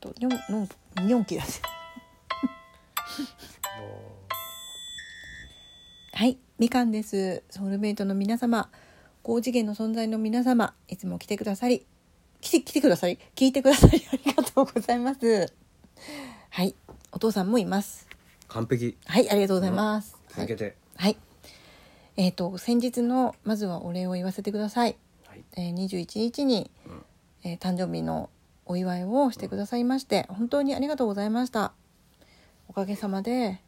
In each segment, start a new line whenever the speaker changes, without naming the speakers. と4の4期だ しはいみかんですソウルメイトの皆様高次元の存在の皆様いつも来てくださり来て来てくださり聞いてくださりありがとうございますはいお父さんもいます
完璧
はいありがとうございます、は
続け
い、
て
はい、えっ、と先日のまずはお礼を言わせてください
はい
えー、21日に、
ん
えー誕生日のお祝いをしてくださいまして、本当にありがとうございましたおかげさまで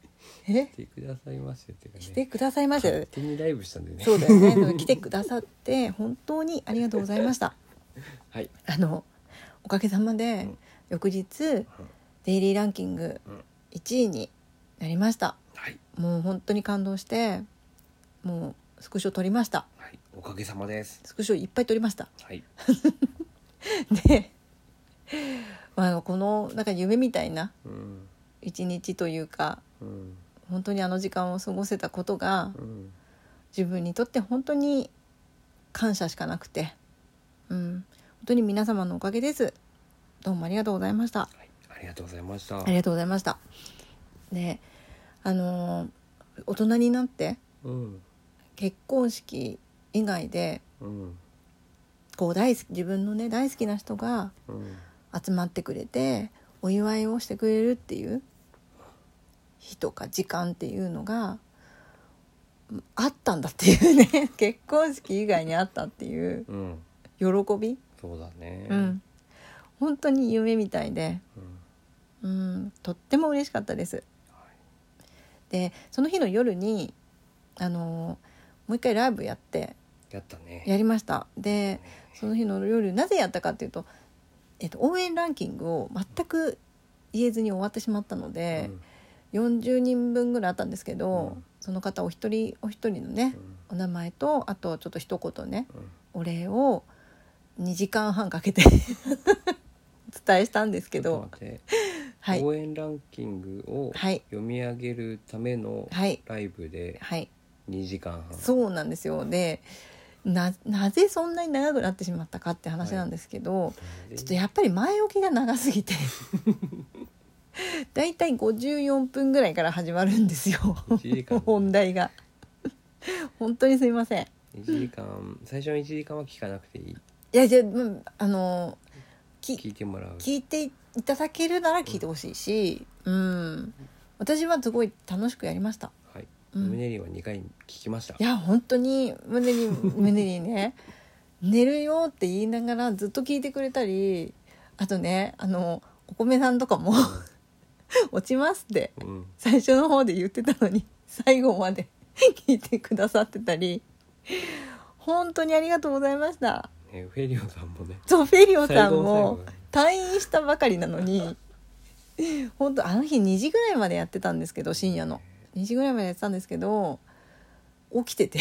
え
してくださいましてっていうかね
してくださいまして
勝手にライブしたんだよね
そうだよねその来てくださって本当にありがとうございました
はい
あのおかげさまで、
うん
翌日
うん
デイリーランキング
うん
1位になりました
はい
もう本当に感動してもうスクショ撮りました
はいおかげさまです
スクショいっぱい撮りました
はい
で、まああの、このなんか夢みたいな
うん
一日というか
うん
本当にあの時間を過ごせたことが
うん
自分にとって本当に感謝しかなくて、うん、本当に皆様のおかげですどうもありがとうございました
はいありがとうございました
ありがとうございましたであのー大人になって
うん
結婚式以外で
うん
こう大好き自分のね大好きな人が
うん
集まってくれてお祝いをしてくれるっていう日とか時間っていうのがうんあったんだっていうね 結婚式以外にあったっていう
うん
喜び、
そうだね
うん、本当に夢みたいで、
うん
うん、とっても嬉しかったです。でその日の夜にあのもう一回ライブやって
やったね
やりました。でその日の夜なぜやったかっていうと、えっと、応援ランキングを全く言えずに終わってしまったので、40人分ぐらいあったんですけど、
うん
その方お一人お一人のね
う、ん
お名前とあとちょっと一言ね
うん
お礼を2時間半かけて お伝えしたんですけ
ちょっ
ど
と待って
はい
応援ランキングを
はい
読み上げるための
はい
ライブで
はい
2時間半
そうなんですよでななぜそんなに長くなってしまったかって話なんですけど、ちょっとやっぱり前置きが長すぎて だいたい54分ぐらいから始まるんですよ
1時間
本題が本当にすいません
1時間最初の1時間は聞かなくていい
いやじゃあうんあの
聞
き
いてもらう
聞いていただけるなら聞いてほしいしうん私はすごい楽しくやりました
はい
うん
胸には2回聞きました
いや本当に胸に胸にね「寝るよ」って言いながらずっと聞いてくれたりあとねあのお米さんとかも 「落ちます」って
うん
最初の方で言ってたのに最後まで 聞いてくださってたり本当にありがとうございました
ねフェリオさんもね
ゾフェリオさん
最後の
も退院したばかりなのに本当あの日2時ぐらいまでやってたんですけど深夜の2時ぐらいまでやってたんですけど起きてて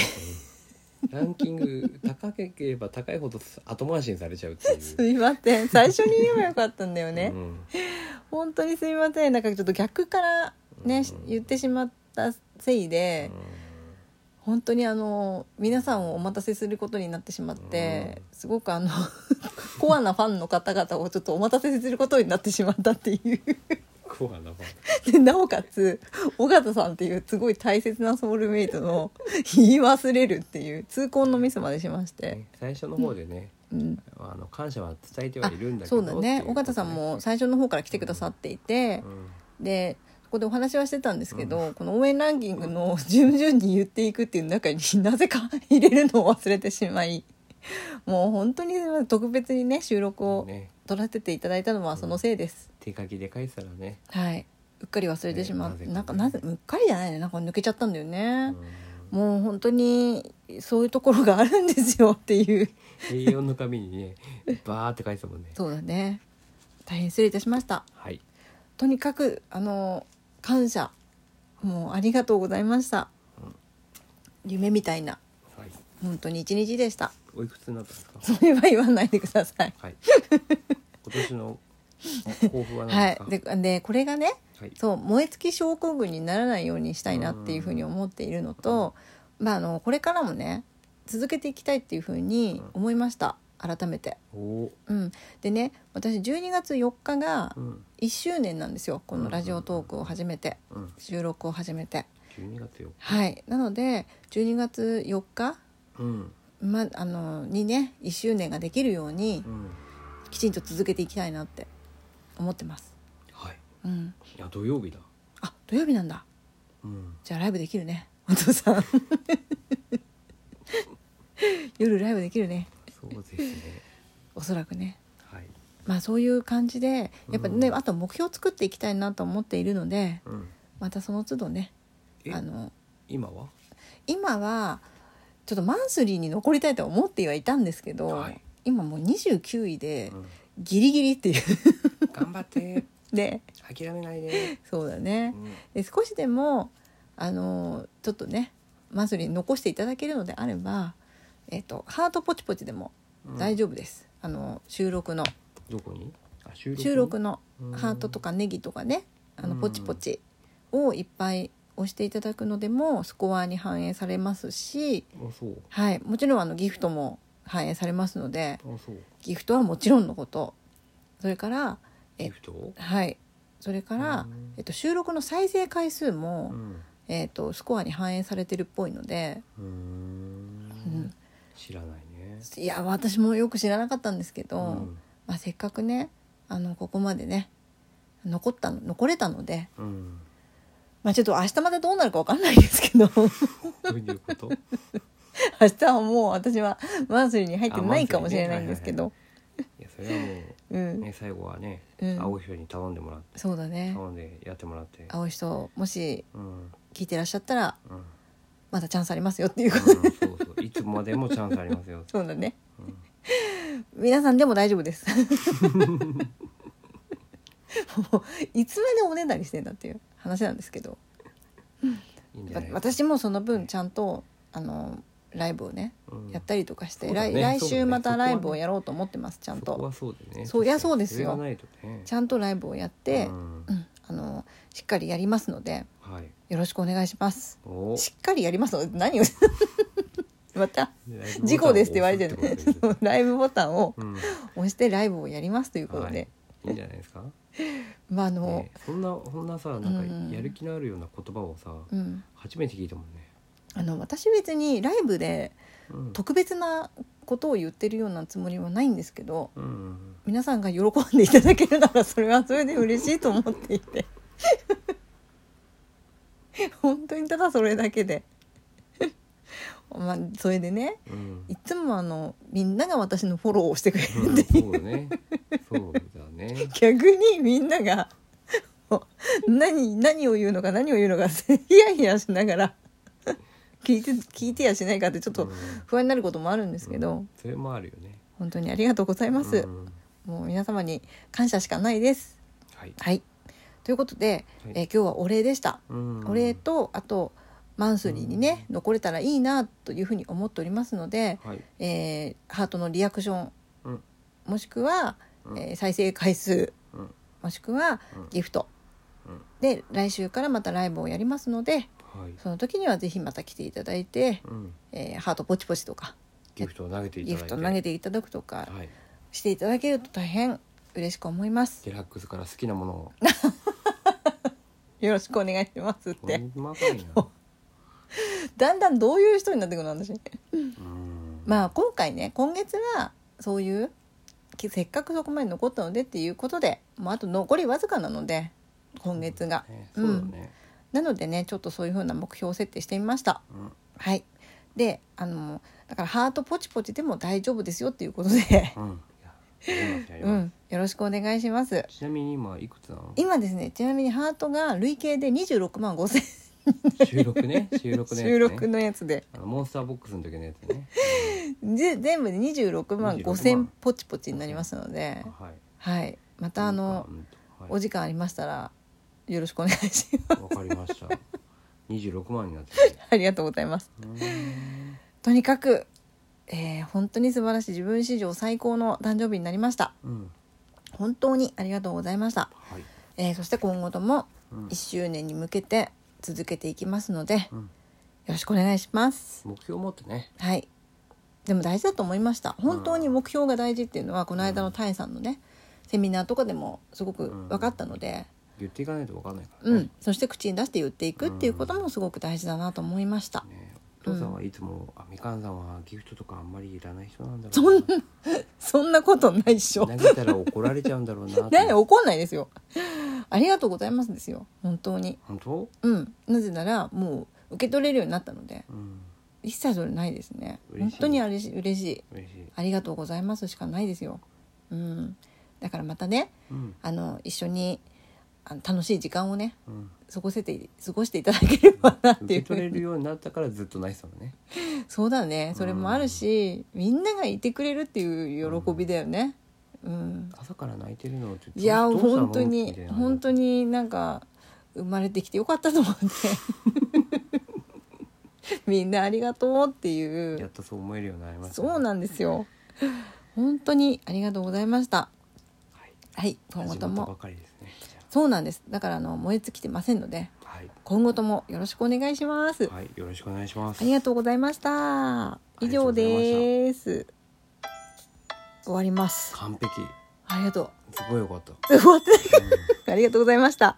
ランキング高ければ高いほど後回しにされちゃうっていう
すいません最初に言えばよかったんだよね、
うん
本当にすいませんなんかちょっと逆からね
うん
言ってしまったせいで、本当にあの皆さんをお待たせすることになってしまって、すごくあの コアなファンの方々をちょっとお待たせすることになってしまったっていう
コアなファン
でなおかつ尾形さんっていうすごい大切なソウルメイトの言い忘れるっていう痛恨のミスまでしまして、
ね最初の方でね
うん、
あの感謝は伝えては
あ
いるんだけど
そうだね尾形さん、も最初の方から来てくださっていて。
っていうことね
でそこでお話はしてたんですけど、この応援ランキングの 順々に言っていくっていう中に なぜか入れるのを忘れてしまいもう本当に特別にね収録
うん
を
ね、
撮らせていただいたのはそのせいです、
手書きで書いてたらね、
はいうっかり忘れてしまっ
ね
て、
なぜかね
なんかなぜうっかりじゃないねなんか抜けちゃったんだよ
う
ね
ん、、
もう本当にそういうところがあるんですよっていう
A4 の紙にねバーって書いてたもんね
そうだね大変失礼いたしました
はい
とにかくあの感謝もうありがとうございました、夢みたいな
はい
本当に一日でした
おいくつになったんですか
それは言わないでください
はい。 今年の抱負は何
は
で
い
すか。
ででこれがね
はい。
そう燃え尽き症候群にならないようにしたいなっていうふうに思っているのと、まああのこれからもね続けていきたいっていうふうに思いました、改めて。
おー
うん、でね私12月4日が
うん
1周年なんですよこのラジオトークを始めて
うん
収録を始めて
12月よ
はいなので12月4日、
うん
ま、あのにね1周年ができるように
うん
きちんと続けていきたいなって思ってます、
はい
うん、
いや土曜日だ
あ土曜日なんだ
うん
じゃあライブできるねお父さん 夜ライブできるね
そうですね
おそらくね
はい
まあそういう感じでやっぱね、
うん
あと目標を作っていきたいなと思っているので
うん
またその都度ね
え
あの
今は
今はちょっとマンスリーに残りたいと思ってはいたんですけど、
はい
今もう29位で
うん
ギリギリっていう
頑張って
で
諦めないで
そうだ
う
ね
ん
で少しでもあのちょっとねマンスリーに残していただけるのであれば、えっとハートポチポチでも
うん
大丈夫です、あの収録の
どこにあ収録
収録の
うん
ハートとかネギとかねあの
うん
ポチポチをいっぱい押していただくのでもスコアに反映されますし、
あそう
はい、もちろんあのギフトも反映されますので
あそう
ギフトはもちろんのことそれからえ
ギフト
はいそれから、
うん
えっと、収録の再生回数も、
うん
えっと、スコアに反映されてるっぽいので
うーん
ん
知らないね
いや私もよく知らなかったんですけど、
うん
まあ、せっかくねあのここまでね残ったの残れたので、
うん
まあ、ちょっと明日またどうなるかわかんないですけど
どういうこと
明日はもう私はマンスリーに入ってないかもしれないんですけど、
いやそれはも
う
う
ん
ね最後はね
うん
青い人に頼んでもらって
そうだね
頼んでやってもらって
青い人もし
うん
聞いてらっしゃったら
うん
まだチャンスありますよっていう
う
こ
ん
と、
そうそういつまでもチャンスありま すよ
そうだね
うん
皆さんでも大丈夫です もういつまでおねだりしてんだっていう話なんですけど
いいんじゃない
私もその分ちゃんとあのライブをね
うん
やったりとかして、
そうだね
来来
そうだ
週
ね
またライブ
そこは
を
ね
やろうと思ってますちゃん
そことはそうだよね
そういやそうですよ
それがないとね
ちゃんとライブをやって、
うん
うんあのしっかりやりますので
はい
よろしくお願いします
お
しっかりやりますので何を また
ラ イブボタンを
事故ですって言われてる、
押すってことですね
ライブボタンを
うん
押してライブをやりますということ
はい
で、
いいんじゃないですか
まああの
ね、そんなそんなさなん
うん
かやる気のあるような言葉をさ
うん、
初めて聞いたもんね
あの私別にライブで
うん
特別なことを言ってるようなつもりはないんですけど
うんうん
皆さんが喜んでいただけるならそれはそれで嬉しいと思っていて 本当にただそれだけで まあそれでね
うん
い つもあのみんなが私のフォローをしてくれる
うんうんそうだねそうだ ね
逆にみんながもう何何を言うのか何を言うのかヒヤヒヤしながら聞いて聞いてやしないかってちょっ
う
と
ん
不安になることもあるんですけど、
うんそれもあるよね
本当にありがとうございます、
うん
もう皆様に感謝しかないです
はい
はいということで、
はい
えー今日はお礼でした、
うん
お礼とあとマンスリーにね、残れたらいいなというふうに思っておりますので、
はい
えーハートのリアクション、
うん
もしくは、
うん
えー再生回数
うん
もしくは
うん
ギフト、
うん
で来週からまたライブをやりますので
はい
その時にはぜひまた来ていただいて、
うん
えーハートポチポチとか
ギフトを投げていただ
ギ
いて
フト投げていただくとか
はい
していただけると大変嬉しく思います
デラックスから好きなものを
よろしくお願いしますっ
ほ
て
んまかいな
だんだんどういう人になってくるの私
うん
まあ今回ね今月はそういうきせっかくそこまで残ったのでっていうことでもうあと残りわずかなので今月が、
ねそううだ
ん
ね
なのでねちょっとそういうふうな目標を設定してみました
うん
はいであのだからハートポチポチでも大丈夫ですよっていうことで
うんいややりますやり
う
ます
んよろしくお願いします
ちなみに今いくつなの
今ですねちなみにハートが累計で26万5千
収 録ね収録ね
収録のやつで
あのモンスターボックスの時のやつね
ぜ全部で26万5千
26
ポチポチになりますので
うんはい
はいまたあの
うんはい
お時間ありましたらよろしくお願いします
わかりました。二十六万になってる。
ありがとうございます
うーん
とにかく、えー本当に素晴らしい自分史上最高の誕生日になりました
うん、
本当にありがとうございました、
はい。
えーそして今後とも
うん
1周年に向けて続けていきますのでよ
うん、
ろしくお願いします
目標を持ってね。
はいでも大事だと思いました本当に目標が大事っていうのはこの間のタイさんのねセミナーとかでもすごく分かったので、
言っていかないと分かんないから
う
ね,
ん
ね、
そして口に出して言っていくっていうこともすごく大事だなと思いました、
お父さんはいつも、あみかんさんはギフトとかあんまりいらない人なんだろう
そんなそんなことないっしょ
投げたら怒られちゃうんだろうな と
ね怒んないですよありがとうございますですよ本当に
本当、
うんなぜならもう受け取れるようになったので
うん、
一切それないですね
嬉
本
しい
当に嬉しい嬉しい
嬉しい、
ありがとうございますしかないですようんだからまたね
うん
あの一緒にあの楽しい時間をね
うん、
過ごせて過ごしていただければなって
受
い
け
うふ
取
う
れる
に
ようになったからずっと泣いてたのね
そうだねそれもあるし、みんながいてくれるっていう喜びだよねうん
朝から泣いてるのって
いや
どうしたの
本当
み
に
たいな
本当になんか生まれてきてよかったと思 ってみんなありがとうってい
や
う
っとそう思えるようになりましたね、
そうなんですよ本当にありがとうございました
はい
はい今後
始
と
まったば
も
かりですねじゃ
そうなんですだからあの燃え尽きてませんので
あはい、
今後ともよろしくお願いします
はい、よろしくお願いします
ありがとうございました以上です終わります
完璧
ありがと
すごいよかった
う終わってない
う ん
ありがとうございました